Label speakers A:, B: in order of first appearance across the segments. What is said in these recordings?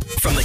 A: the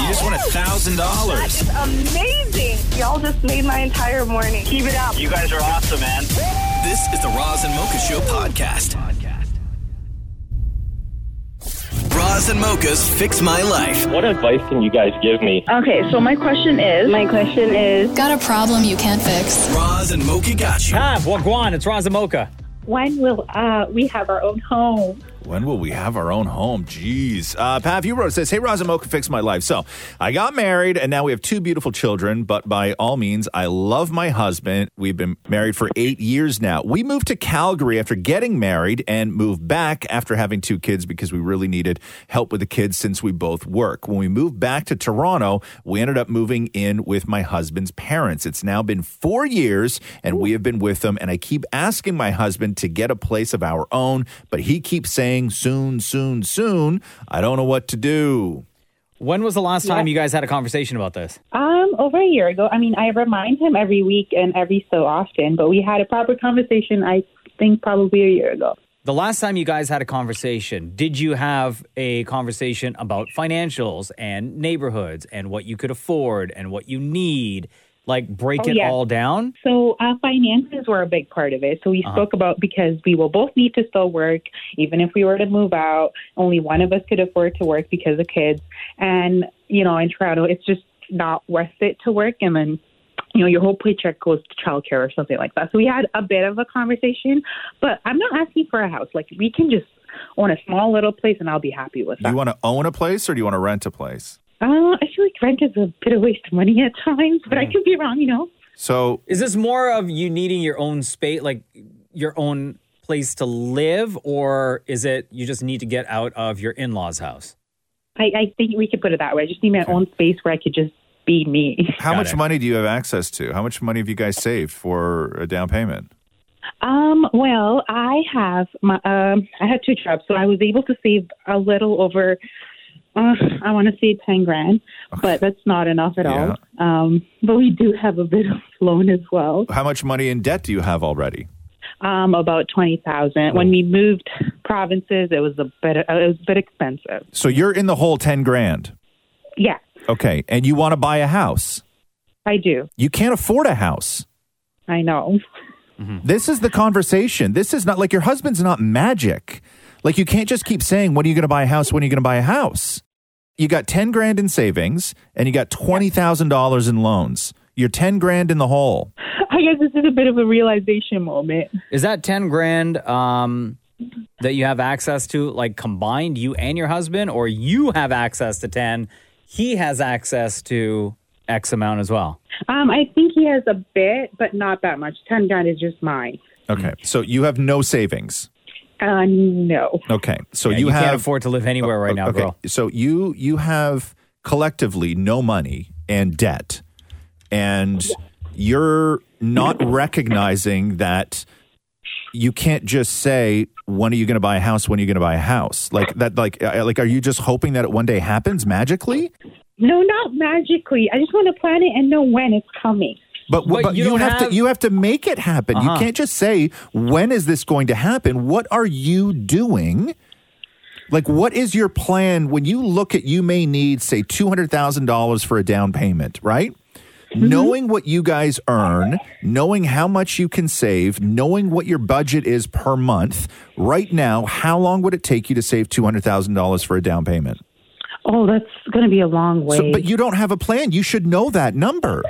A: You just won a thousand dollars.
B: Amazing. Y'all just made my entire morning. Keep it up.
C: You guys are awesome, man.
A: This is the Roz and Mocha Show podcast. Roz and Mocha's Fix My Life.
C: What advice can you guys give me?
B: Okay, so my question is. My question is.
D: Got a problem you can't fix?
A: Roz and Mocha got you.
E: Hi, Wagwan. It's Roz and Mocha.
B: When will uh, we have our own home?
F: When will we have our own home? Jeez. Uh, Pav, you wrote it says, Hey, Roz and Mo can fix my life. So I got married and now we have two beautiful children, but by all means, I love my husband. We've been married for eight years now. We moved to Calgary after getting married and moved back after having two kids because we really needed help with the kids since we both work. When we moved back to Toronto, we ended up moving in with my husband's parents. It's now been four years and we have been with them. And I keep asking my husband to get a place of our own, but he keeps saying soon, soon, soon. I don't know what to do.
E: When was the last time you guys had a conversation about this?
B: Um, over a year ago. I mean, I remind him every week and every so often, but we had a proper conversation. I think probably a year ago.
E: The last time you guys had a conversation, did you have a conversation about financials and neighborhoods and what you could afford and what you need? Like break
B: Oh,
E: it
B: yeah.
E: all down?
B: So uh, finances were a big part of it. So
F: Uh-huh.
B: we spoke about because we will both need to still work, even if we were to move out. Only one of us could afford to work because of kids, and you know, in Toronto, it's just not worth it to work, and then you know, your whole paycheck goes to childcare or something like that. So we had a bit of a conversation, but I'm not asking for a house. Like we can just own a small little place, and I'll be happy with
F: Do
E: Uh,
B: that.
F: you want to own a place or do you want to rent a place?
B: uh, I feel like rent is a bit of waste of money at times, but I could be wrong. You know.
F: So
E: Is this more of you needing your own space, like your own place to live, or is it you just need to get out of your in law's house?
B: I, I think we could put it that way. I just need my own space where I could just be me.
F: how
E: Got
F: much
E: it.
F: money do you have access to? How much money have you guys saved for a down payment?
B: Um, well, I have my um, I had two jobs, so I was able to save a little over. Uh, I want to say ten grand, but that's not enough at
F: Yeah.
B: all. Um, but we do have a bit of loan as well,
F: How much money in debt do you have already?
B: um, about twenty thousand. When we moved provinces, it was a bit uh, it was a bit expensive.
F: So you're in the hole 10 grand.
B: Yeah,
F: Okay. And you want to buy a house.
B: I do.
F: You can't afford a house.
B: I know.
E: Hmm.
F: This is the conversation. This is not like your husband's not magic. Like you can't just keep saying, when are you going to buy a house? When are you going to buy a house? You got 10 grand in savings and you got $20,000 in loans. You're 10 grand in the hole.
B: I guess this is a bit of a realization moment.
E: Is that 10 grand um, that you have access to, like combined, you and your husband, or you have access to 10, he has access to X amount as well?
B: Um, I think he has a bit, but not that much. Ten grand is just mine.
F: Okay.
E: Hmm.
F: So you have no savings.
B: Uh, no.
F: Okay. So
E: Yeah,
F: you, have Oh,
E: can't afford to live anywhere right now,
F: okay.
E: girl.
F: So you you have collectively no money and debt, and you're not recognizing that you can't just say when are you going to buy a house? When are you going to buy a house? Like that? Like uh, like are you just hoping that it one day happens magically?
B: No, not magically. I just want to plan it and know when it's coming.
F: But,
E: But
F: but,
E: you
F: you,
E: don't
F: have,
E: have-
F: to you have to make it happen. You can't just say when is this going to happen? What are you doing? Like what is your plan when you look at you may need say $200,000 for a down payment, right? Knowing what you guys earn, knowing how much you can save, knowing what your budget is per month, right now, how long would it take you to save $200,000 for a down payment?
B: Oh, that's going to be a long way.
F: So, but you don't have a plan. You should know that number.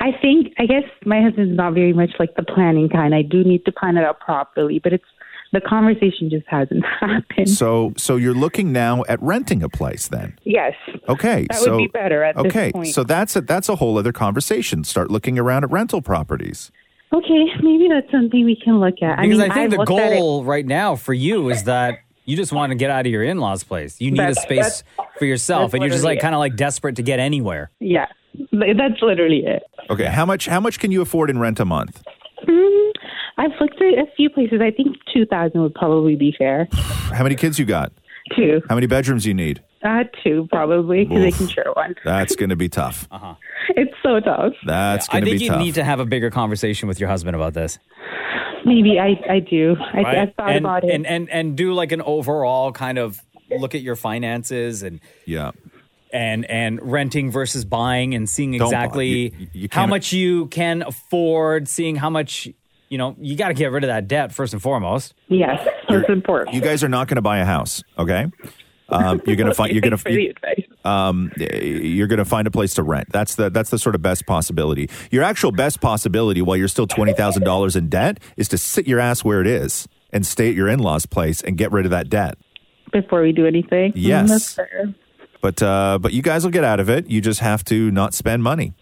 B: I think, I guess my husband's not very much like the planning kind. I do need to plan it out properly, but it's the conversation just hasn't happened.
F: So so you're looking now at renting a place then.
B: yes.
F: Okay.
B: That would
F: so,
B: be better at this
F: okay,
B: point.
F: So that's a that's a whole other conversation. Start looking around at rental properties.
B: Okay, maybe that's something we can look at.
E: Because I,
B: mean,
E: think
B: I've
E: the
B: looked at it-
E: goal right now for you is that You just want to get out of your in laws' place. You need a
G: That's-
E: space for yourself,
G: that's
E: and you're just
G: literally
E: like
G: it.
E: kind of like desperate to get anywhere.
G: Yeah, that's literally it.
F: Okay, how much how much can you afford in rent a month?
G: Mm, I've looked at a few places. I think 2000 would probably be fair.
F: How many kids you got?
G: Two.
F: How many bedrooms you need?
G: Uh, two, probably, because they
F: Oof.
G: can share one.
F: That's going to be tough.
G: It's so tough.
F: That's
E: Uh-huh. I
F: going to
E: think
F: be
E: you
F: tough.
E: need to have a bigger conversation with your husband about this.
G: Maybe I, I do. I, I've thought
E: and,
G: about it.
E: And, and and do like an overall kind of look at your finances and
F: yeah.
E: and and renting versus buying and seeing
F: Don't buy.
E: exactly
F: You- you
E: how
F: can't-
E: much you can afford, seeing how much you know, you got to get rid of that debt first and foremost.
G: yes, that's important.
F: You guys are not going to buy a house, okay? Um, you're going to find you're going
G: Thanks for the
F: to
G: advice.
F: um, you're going to find a place to rent. That's the that's the sort of best possibility. Your actual best possibility while you're still twenty thousand dollars in debt is to sit your ass where it is and stay at your in laws' place and get rid of that debt.
G: Before we do anything. Mm,
F: Yes.
G: that's fair.
F: But uh, but you guys will get out of it. You just have to not spend money.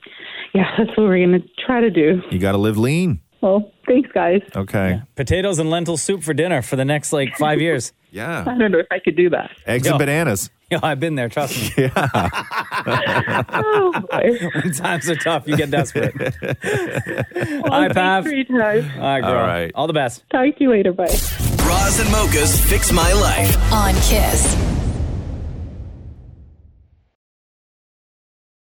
G: Yeah, that's what we're going to try to do.
F: You got to live lean.
G: Well, thanks, guys.
F: Okay.
E: Potatoes and lentil soup for dinner for the next like 5 years.
F: Yeah.
G: I don't know if I could do that.
F: Eggs
E: No.
F: and bananas.
E: You know, I've been there, trust me.
G: Oh, boy.
E: When times are tough, you get desperate. Hi, Pav.
G: Thanks for your time.
E: All right, girl.
F: All right.
E: All the best.
G: Talk to you later. Bye.
A: Bras and Mocha's Fix My Life.
D: on Kiss.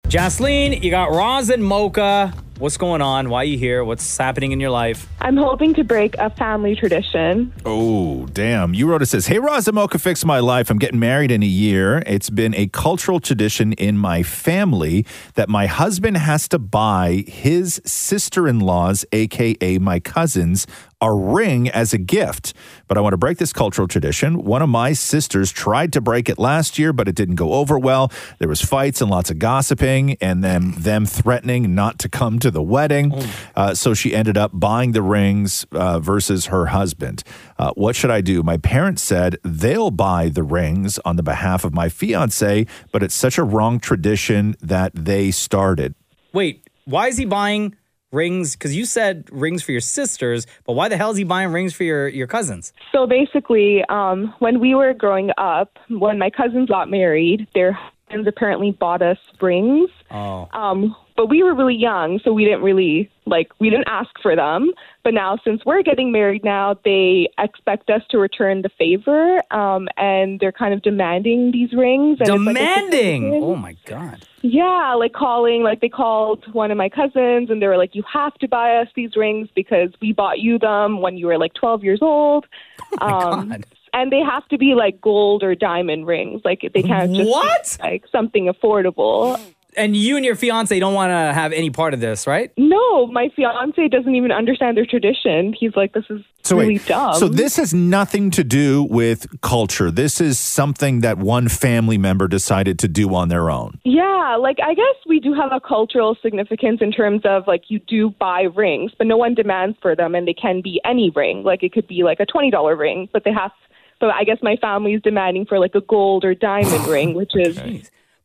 E: Jocelyn, you got Roz and Mocha. What's going on? Why are you here? What's happening in your life?
B: I'm hoping to break a family tradition.
F: Oh, damn. You wrote it says, Hey, Razamoka fixed my life. I'm getting married in a year. It's been a cultural tradition in my family that my husband has to buy his sister in laws, AKA my cousins, a ring as a gift. But I want to break this cultural tradition. One of my sisters tried to break it last year, but it didn't go over well. There was fights and lots of gossiping and then them threatening not to come to the wedding.
E: Mm.
F: Uh, so she ended up buying the rings uh, versus her husband. Uh, what should I do? My parents said they'll buy the rings on the behalf of my fiance, but it's such a wrong tradition that they started.
E: Wait, why is he buying rings? Because you said rings for your sisters, but why the hell is he buying rings for your, your cousins?
B: So basically, um, when we were growing up, when my cousins got married, their husbands apparently bought us rings.
E: Oh.
B: Um, but we were really young, so we didn't really like we didn't ask for them. But now, since we're getting married now, they expect us to return the favor, um, and they're kind of demanding these rings. And it's like a
E: Demanding.
B: situation.
E: oh my God.
B: Yeah, like calling, like they called one of my cousins and they were like, you have to buy us these rings because we bought you them when you were like 12 years old. um,
E: Oh God.
B: And they have to be like gold or diamond rings. Like they can't just be,
E: What?
B: like something affordable.
E: And you and your fiance don't want to have any part of this, right?
B: No, my fiance doesn't even understand their tradition. He's like, this is
F: So
B: really
F: wait,
B: dumb.
F: so this has nothing to do with culture. This is something that one family member decided to do on their own.
B: Yeah, like I guess we do have a cultural significance in terms of like you do buy rings, but no one demands for them, and they can be any ring. Like it could be like a twenty dollar ring, but they have. But I guess my family is demanding for like a gold or diamond ring, which is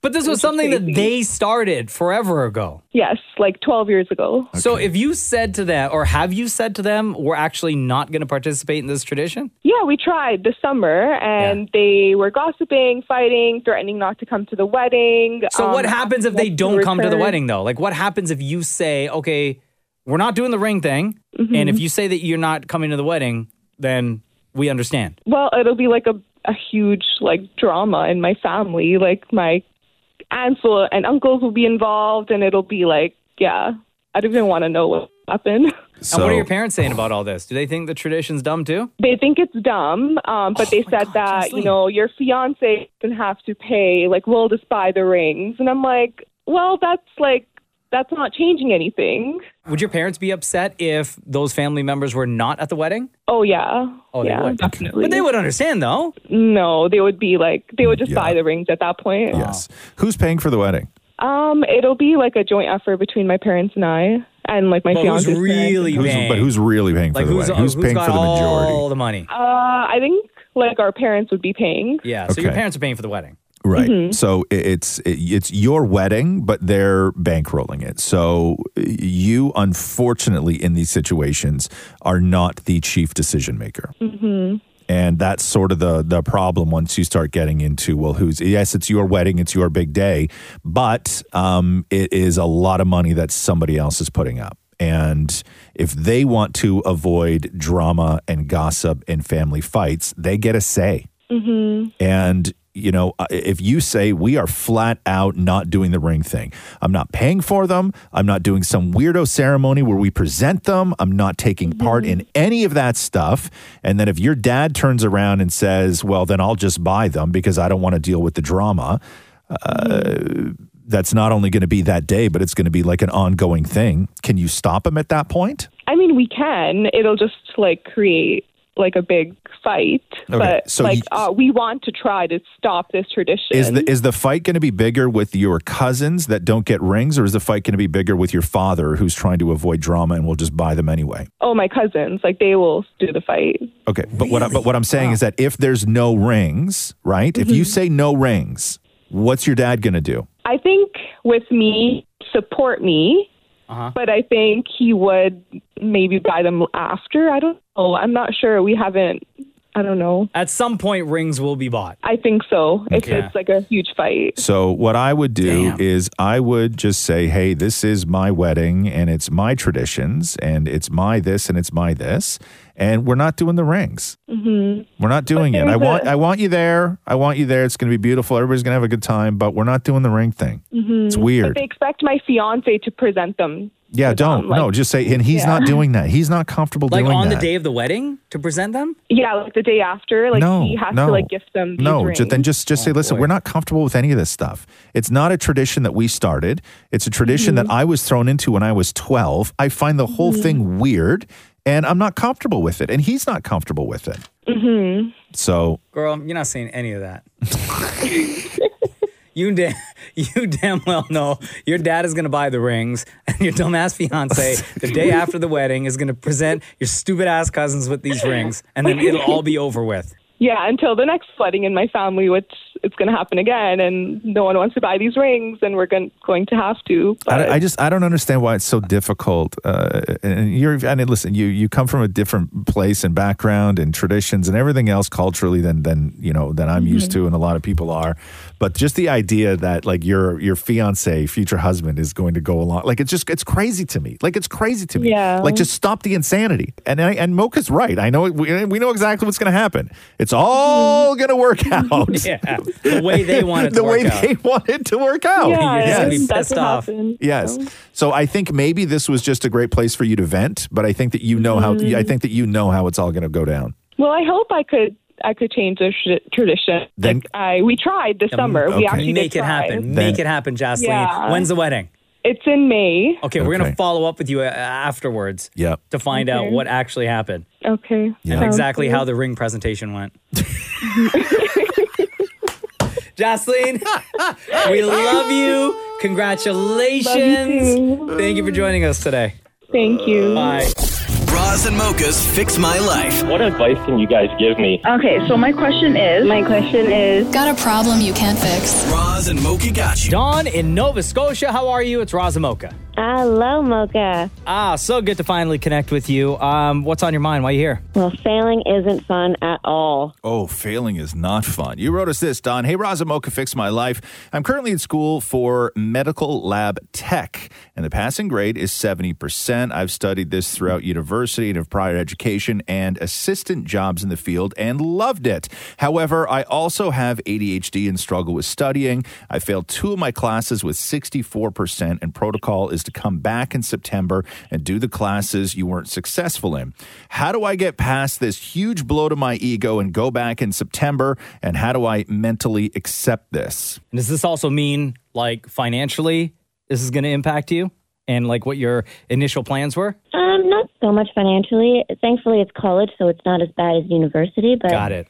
E: But this was something that
B: crazy.
E: they started forever ago.
B: yes, like twelve years ago.
E: So if you said to them, or have you said to them, we're actually not going to participate in this tradition?
B: Yeah, we tried this summer, and they were gossiping, fighting, threatening not to come to the wedding.
E: So what
B: um,
E: happens if
B: asking
E: they
B: us
E: don't come to the
B: return.
E: wedding though? Like what happens if you say, "Okay, we're not doing the ring thing."
B: Mm-hmm.
E: And if you say that you're not coming to the wedding, then we understand.
B: Well, it'll be like a a huge like drama in my family. Like my aunts will, and uncles will be involved, and it'll be like, yeah, I don't even want to know what happened.
F: So
E: and what are your parents saying about all this? Do they think the tradition's dumb too?
B: They think it's dumb, um, but
E: Oh
B: they said that you know your fiance doesn't have to pay. Like we'll just buy the rings, and I'm like, well, that's like that's not changing anything.
E: Would your parents be upset if those family members were not at the wedding?
B: Oh yeah,
E: Oh, they
B: yeah,
E: would.
B: definitely.
E: But they would understand though.
B: no, they would be like they would just
F: Yeah.
B: buy the rings at that point.
F: yes. Who's paying for the wedding?
B: Um, it'll be like a joint effort between my parents and I, and like my
E: But who's
B: fiance.
E: really
F: Who's,
E: paying?
F: but who's really paying for
E: like
F: the
E: who's,
F: wedding? Who's, paying
E: got
F: for the majority?
E: all the money?
B: Uh, I think like our parents would be paying.
E: Yeah. So your
F: Okay.
E: parents are paying for the wedding.
F: Right. So i- it's i- it's your wedding, but they're bankrolling it. So uh, you, unfortunately, in these situations, are not the chief decision maker. And that's sort of the the problem once you start getting into well, who's yes, it's your wedding, it's your big day, but um, it is a lot of money that somebody else is putting up. And if they want to avoid drama and gossip and family fights, they get a say.
B: Mm-hmm.
F: And you know, uh, if you say we are flat out not doing the ring thing, I'm not paying for them. I'm not doing some weirdo ceremony where we present them. I'm not taking part in any of that stuff. And then if your dad turns around and says, "Well, then I'll just buy them because I don't want to deal with the drama," uh, that's not only going to be that day, but it's going to be like an ongoing thing. Can you stop him at that point?
B: I mean, we can. It'll just like create like a big fight.
F: Okay,
B: But
F: so
B: like,
F: you-
B: uh, we want to try to stop this tradition.
F: Is the is the fight going to be bigger with your cousins that don't get rings, or is the fight going to be bigger with your father who's trying to avoid drama and will just buy them anyway?
B: oh, my cousins, like they will do the fight.
F: Okay, but what I, but what I'm saying is that if there's no rings, right? If you say no rings, what's your dad going to do?
B: I think with me, support me. But I think he would maybe buy them after. I don't know. I'm not sure. We haven't. I don't know.
E: At some point, rings will be bought.
B: I think so. If
E: Okay.
B: it's like a huge fight.
F: So what I would do
E: Damn.
F: is I would just say, "Hey, this is my wedding and it's my traditions and it's my this and it's my this, and we're not doing the rings. Mm-hmm. We're not doing it. I
B: there's
F: want
B: a-
F: I want you there. I want you there. It's going to be beautiful. Everybody's going to have a good time, but we're not doing the ring thing. It's
B: Mm-hmm. But
F: weird.
B: they expect my fiance to present them.
F: yeah, don't.
B: like-
F: no, just say. And he's not doing that. He's not comfortable
E: Like
F: doing
E: on
F: that.
E: the day of the wedding to present them?
B: Yeah, like the day after. Like
F: no,
B: he has
F: no,
B: to like gift them. These
F: no.
B: rings.
F: Just, then just just say, listen,
E: boy.
F: we're not comfortable with any of this stuff. It's not a tradition that we started. It's a tradition that I was thrown into when I was twelve. I find the whole thing weird, and I'm not comfortable with it, and he's not comfortable with it. Mm-hmm. So
E: Girl, you're not saying any of that. you, da- you damn well know your dad is going to buy the rings, and your dumbass fiance, the day after the wedding, is going to present your stupid ass cousins with these rings, and then it'll all be over with.
B: yeah, until the next flooding in my family, which it's going to happen again, and no one wants to buy these rings, and we're going going to have to. But
F: I, I just I don't understand why it's so difficult. Uh, and you're I mean, listen, you you come from a different place and background and traditions and everything else culturally than than you know than I'm
E: Mm-hmm.
F: used to and a lot of people are. But just the idea that like your your fiance, future husband, is going to go along like it's just it's crazy to me. Like it's crazy to me.
B: Yeah.
F: Like just stop the insanity. And I, and Mocha's right. I know we, we know exactly what's going to happen. It's all going to work out.
E: Mm-hmm. Yeah, the way they want it to
F: the
E: work
F: way
E: out.
F: they want it to work out.
B: yeah,
E: you're just gonna be
B: and that's
E: pissed
B: what
E: off.
B: happened.
F: Yes. So I think maybe this was just a great place for you to vent, but I think that you know how I think that you know how it's all going to go down.
B: Well, I hope I could I could change the sh- tradition.
F: Then-
B: Like, I we tried this summer.
F: okay.
B: We actually
E: Make
B: did
E: it
B: try.
E: happen.
F: Then-
E: Make it happen, Jocelyn.
B: Yeah.
E: When's the wedding?
B: It's in May.
E: Okay, we're going
F: Okay.
E: to follow up with you uh, afterwards
F: Yep.
E: to find out what actually happened
B: Okay.
F: Yeah.
E: and
F: Sounds
E: exactly how the ring presentation went. Jocelyn, we love you. Congratulations. Thank you for joining us today.
B: Thank you.
E: Bye.
A: Bras and Mocha's Fix My Life.
C: What advice can you guys give me?
H: Okay, so my question is. My question is.
D: Got a problem you can't fix?
A: Bras and Mocha got you.
E: Dawn in Nova Scotia, how are you? It's Razamoka.
H: Hello, Mocha.
E: Ah, so good to finally connect with you. Um, what's on your mind? Why you here?
H: Well, failing isn't fun at all.
F: Oh, failing is not fun. You wrote us this, Don. Hey, Razamoka, fix my life. I'm currently in school for medical lab tech, and the passing grade is 70%. I've studied this throughout university and have prior education and assistant jobs in the field and loved it. However, I also have ADHD and struggle with studying. I failed two of my classes with 64%, and protocol is to come back in September and do the classes you weren't successful in. How do I get past this huge blow to my ego and go back in September? And how do I mentally accept this?
E: And does this also mean, like, financially, this is going to impact you and, like, what your initial plans were?
H: Um, not so much financially. Thankfully, it's college, so it's not as bad as university. But
E: Got it.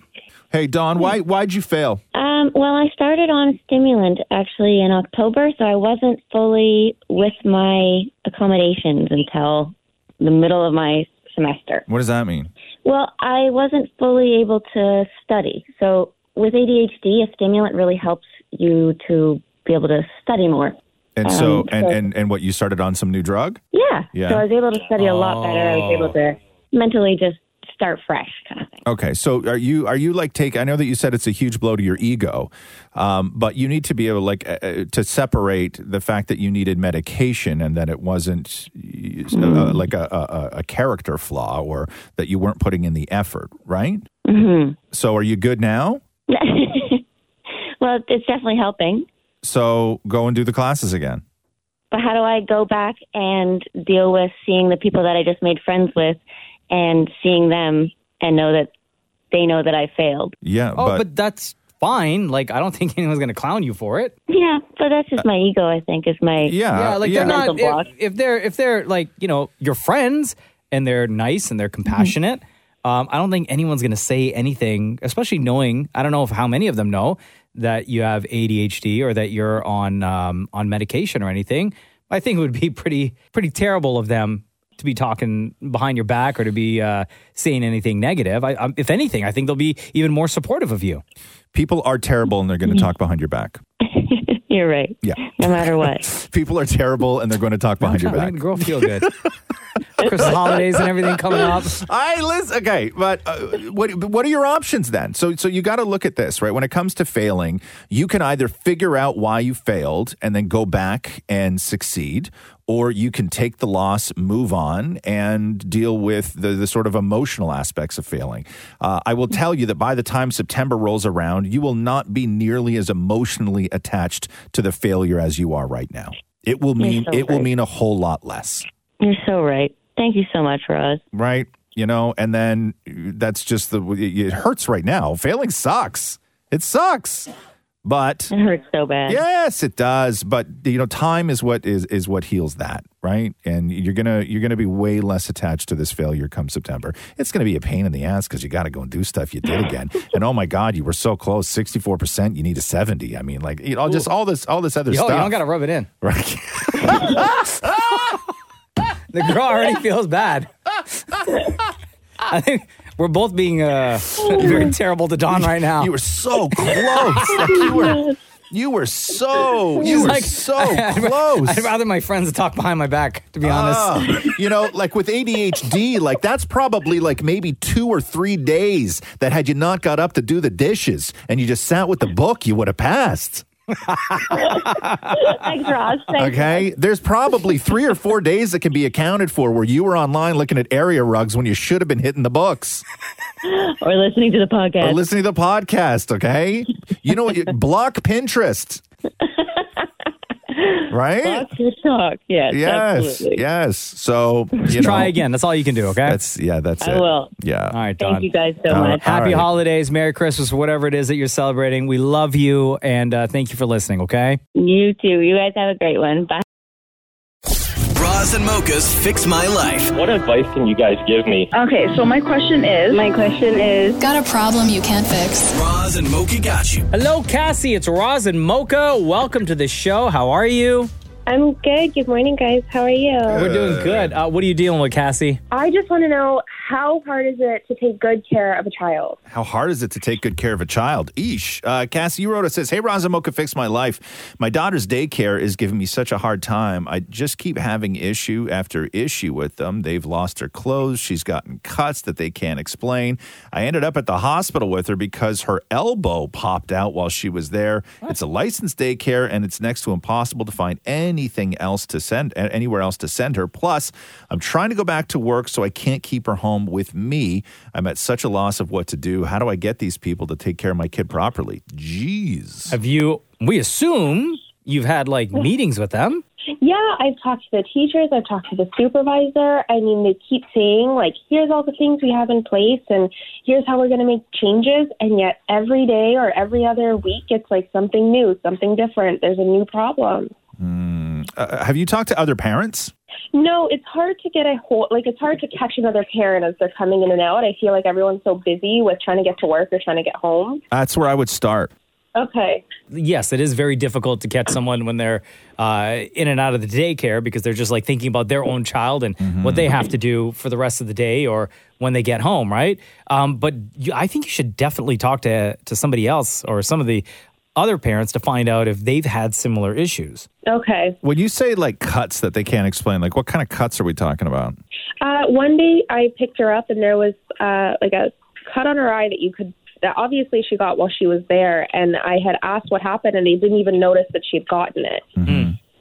F: Hey, Don, why, why'd you fail?
H: Um, well, I started on a stimulant actually in October, so I wasn't fully with my accommodations until the middle of my semester.
F: What does that mean?
H: Well, I wasn't fully able to study. So with ADHD, a stimulant really helps you to be able to study more.
F: And so,
H: Um,
F: and,
H: so-
F: and, and what, you started on some new drug?
H: Yeah.
F: Yeah. Oh.
H: So I was able to study a lot better. I was able to mentally just start fresh kind of thing.
F: Okay, so are you are you like take? I know that you said it's a huge blow to your ego, um, but you need to be able like uh, uh, to separate the fact that you needed medication and that it wasn't uh,
E: Hmm.
F: uh, like a, a, a character flaw or that you weren't putting in the effort, right?
H: Mm-hmm.
F: So are you good now?
H: well, it's definitely helping.
F: So go and do the classes again.
H: But how do I go back and deal with seeing the people that I just made friends with and seeing them and know that they know that I failed?
F: Yeah,
E: Oh, but, that's fine. Like, I don't think anyone's going to clown you for it.
H: Yeah, but that's just my ego, I think, is my.
F: yeah,
E: yeah, like
F: Uh, yeah.
E: they're not.
H: Mental block.
E: If, if they're if they're like you know your friends and they're nice and they're
F: Mm-hmm.
E: compassionate, um, I don't think anyone's going to say anything. Especially knowing, I don't know if how many of them know that you have ADHD or that you're on um, on medication or anything. I think it would be pretty pretty terrible of them to be talking behind your back or to be uh, saying anything negative. I, I, if anything, I think they'll be even more supportive of you.
F: people are terrible and they're going to
E: Mm-hmm.
F: talk behind your back.
H: You're right.
F: Yeah.
H: No matter what.
F: People are terrible and they're going to talk behind your back.
E: Making the girl feel good. Christmas holidays and everything coming up.
F: I listen. Okay, but uh, what what are your options then? So so you got to look at this right. When it comes to failing, you can either figure out why you failed and then go back and succeed, or you can take the loss, move on, and deal with the the sort of emotional aspects of failing. Uh, I will tell you that by the time September rolls around, you will not be nearly as emotionally attached to the failure as you are right now. It will mean
H: so
F: it will
H: right.
F: mean a whole lot less
H: You're so right. Thank you so much, Roz.
F: right? You know, and then that's just the it hurts right now. Failing sucks. It sucks. But
H: It hurts so bad.
F: yes, it does. But you know, time is what is is what heals that, right? And you're gonna you're gonna be way less attached to this failure come September. It's gonna be a pain in the ass because you got to go and do stuff you did again. and oh my God, you were so close, sixty four percent. You need a seventy. I mean, like you know, just all this all this other
E: Yo,
F: stuff.
E: you don't got to rub it in.
F: right?
E: The girl already feels bad. I think we're both being uh, very terrible to Don right now.
F: You were so close. Like, you were you were so you
E: She's
F: were
E: like,
F: so close.
E: I'd rather my friends talk behind my back, to be honest.
F: Ah, you know, like with ADHD, like that's probably like maybe two or three days that had you not got up to do the dishes and you just sat with the book, you would have passed.
H: Thanks, Roz. Thanks.
F: Okay. There's probably three or four days that can be accounted for where you were online looking at area rugs when you should have been hitting the books.
H: Or listening to the podcast.
F: or listening to the podcast, okay? You know what? you- Block Pinterest. right?
H: Talk to talk. Yes.
F: yes.
H: Absolutely.
F: Yes. So, you know,
E: Try again. That's all you can do, okay?
F: That's yeah, that's
H: I
F: it.
H: will.
F: Yeah.
E: all right, Don.
H: Thank you guys so
F: All right.
H: much.
E: Happy
F: All right.
E: holidays, Merry Christmas, whatever it is that you're celebrating. We love you and uh, thank you for listening, okay?
H: You too. You guys have a great one. Bye.
A: Bras and mochas fix my life.
C: What advice can you guys give me?
I: Okay, so my question is. My question is.
D: Got a problem you can't fix?
A: Bras and mocha got you.
E: Hello, Cassie. It's Roz and Mocha. Welcome to the show. How are you?
I: I'm good. Good morning, guys. How are you?
E: We're doing good. Uh, what are you dealing with, Cassie?
I: I just want to know how hard is it to take good care of a child?
F: How hard is it to take good care of a child? Eesh. Uh, Cassie, you wrote it says, Hey, Razamoka, fix my life. My daughter's daycare is giving me such a hard time. I just keep having issue after issue with them. They've lost her clothes. She's gotten cuts that they can't explain. I ended up at the hospital with her because her elbow popped out while she was there. It's a licensed daycare, and it's next to impossible to find anything else to send a- anywhere else to send her. Plus, I'm trying to go back to work, so I can't keep her home with me. I'm at such a loss of what to do. How do I get these people to take care of my kid properly? Jeez.
E: Have you, we assume you've had like meetings with them.
I: Yeah, I've talked to the teachers, I've talked to the supervisor. I mean, they keep saying, like, here's all the things we have in place and here's how we're going to make changes. And yet, every day or every other week, it's like something new, something different. There's a new problem.
F: Uh, have you talked to other parents?
I: No, it's hard to get a hold. Like it's hard to catch another parent as they're coming in and out. I feel like everyone's so busy with trying to get to work or trying to get home.
F: That's where I would start.
I: Okay.
E: yes, it is very difficult to catch someone when they're uh, in and out of the daycare because they're just like thinking about their own child and what they have to do for the rest of the day or when they get home, right? Um, but you, I think you should definitely talk to to somebody else or some of the other parents to find out if they've had similar issues.
I: Okay.
F: When you say like cuts that they can't explain, like what kind of cuts are we talking about?
B: Uh, one day I picked her up and there was uh, like a cut on her eye that you could that obviously she got while she was there and I had asked what happened and they didn't even notice that she had gotten it.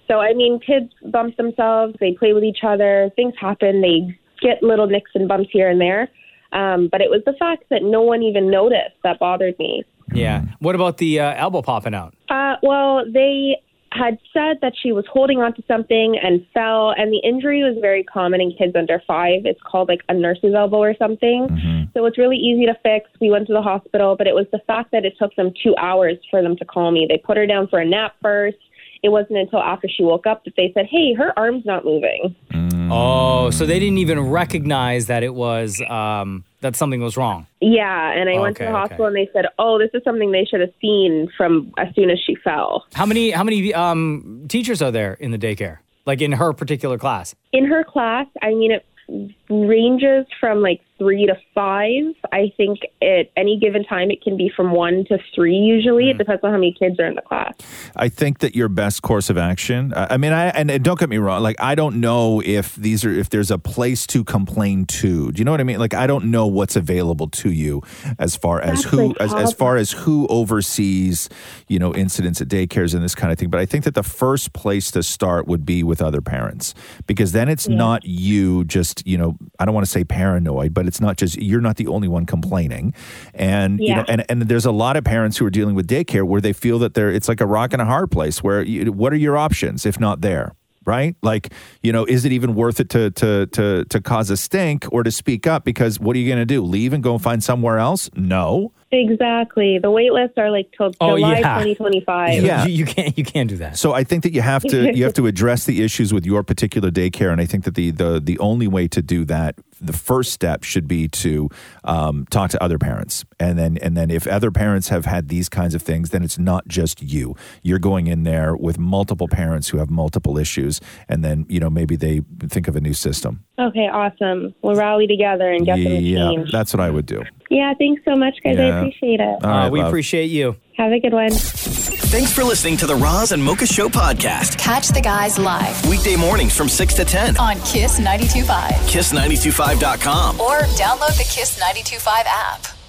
B: So I mean kids bump themselves, they play with each other, things happen, they get little nicks and bumps here and there. Um, but it was the fact that no one even noticed that bothered me.
E: Yeah. What about the uh, elbow popping out?
B: Uh, well, they had said that she was holding onto something and fell, and the injury was very common in kids under five. It's called like a nurse's elbow or something.
E: Mm-hmm.
B: So it's really easy to fix. We went to the hospital, but it was the fact that it took them two hours for them to call me. They put her down for a nap first. It wasn't until after she woke up that they said, "Hey, her arm's not moving."
E: Oh, so they didn't even recognize that it was um, that something was wrong.
B: Yeah, and I went to
E: Oh, Okay,
B: the
E: okay.
B: hospital and they said, "Oh, this is something they should have seen from as soon as she fell."
E: How many how many um, teachers are there in the daycare? Like in her particular class?
B: in her class, I mean, it ranges from like three to five. I think at any given time, it can be from one to three. Usually,
F: Mm.
B: it depends on how many kids are in the class.
F: I think that your best course of action. I I mean, I and, and don't get me wrong. Like, I don't know if these are if there's a place to complain to. Do you know what I mean? Like, I don't know what's available to you as far as who as, as far as who oversees you know incidents at daycares and this kind of thing. But I think that the first place to start would be with other parents because then it's not you just you know I don't want to say paranoid, but it's not just you're not the only one complaining, and you know
J: Yeah.
F: and and and there's a lot of parents who are dealing with daycare where they feel that they're it's like a rock and a hard place where you, what are your options if not there right like you know is it even worth it to to to to cause a stink or to speak up because what are you going to do leave and go and find somewhere else no
B: Exactly. The wait lists are like till
F: Oh,
B: July
F: yeah.
B: 2025.
E: can't you can't do that
F: so i think that you have to you have to address the issues with your particular daycare and i think that the the the only way to do that the first step should be to um, talk to other parents and then and then if other parents have had these kinds of things then it's not just you you're going in there with multiple parents who have multiple issues and then you know maybe they think of a new system
B: Okay, awesome. We'll rally together and get them
F: yeah
B: to change.
F: that's what i would do
B: Yeah, thanks so much, guys.
F: Yeah.
B: I appreciate
F: All
B: it.
F: right, Uh, we love.
E: appreciate you.
B: Have a good one.
A: Thanks for listening to the Roz and Mocha Show podcast.
D: Catch the guys live
A: Weekday mornings from 6 to 10.
D: on Kiss 92.5
A: Kiss925.com.
D: or download the Kiss 92.5 app.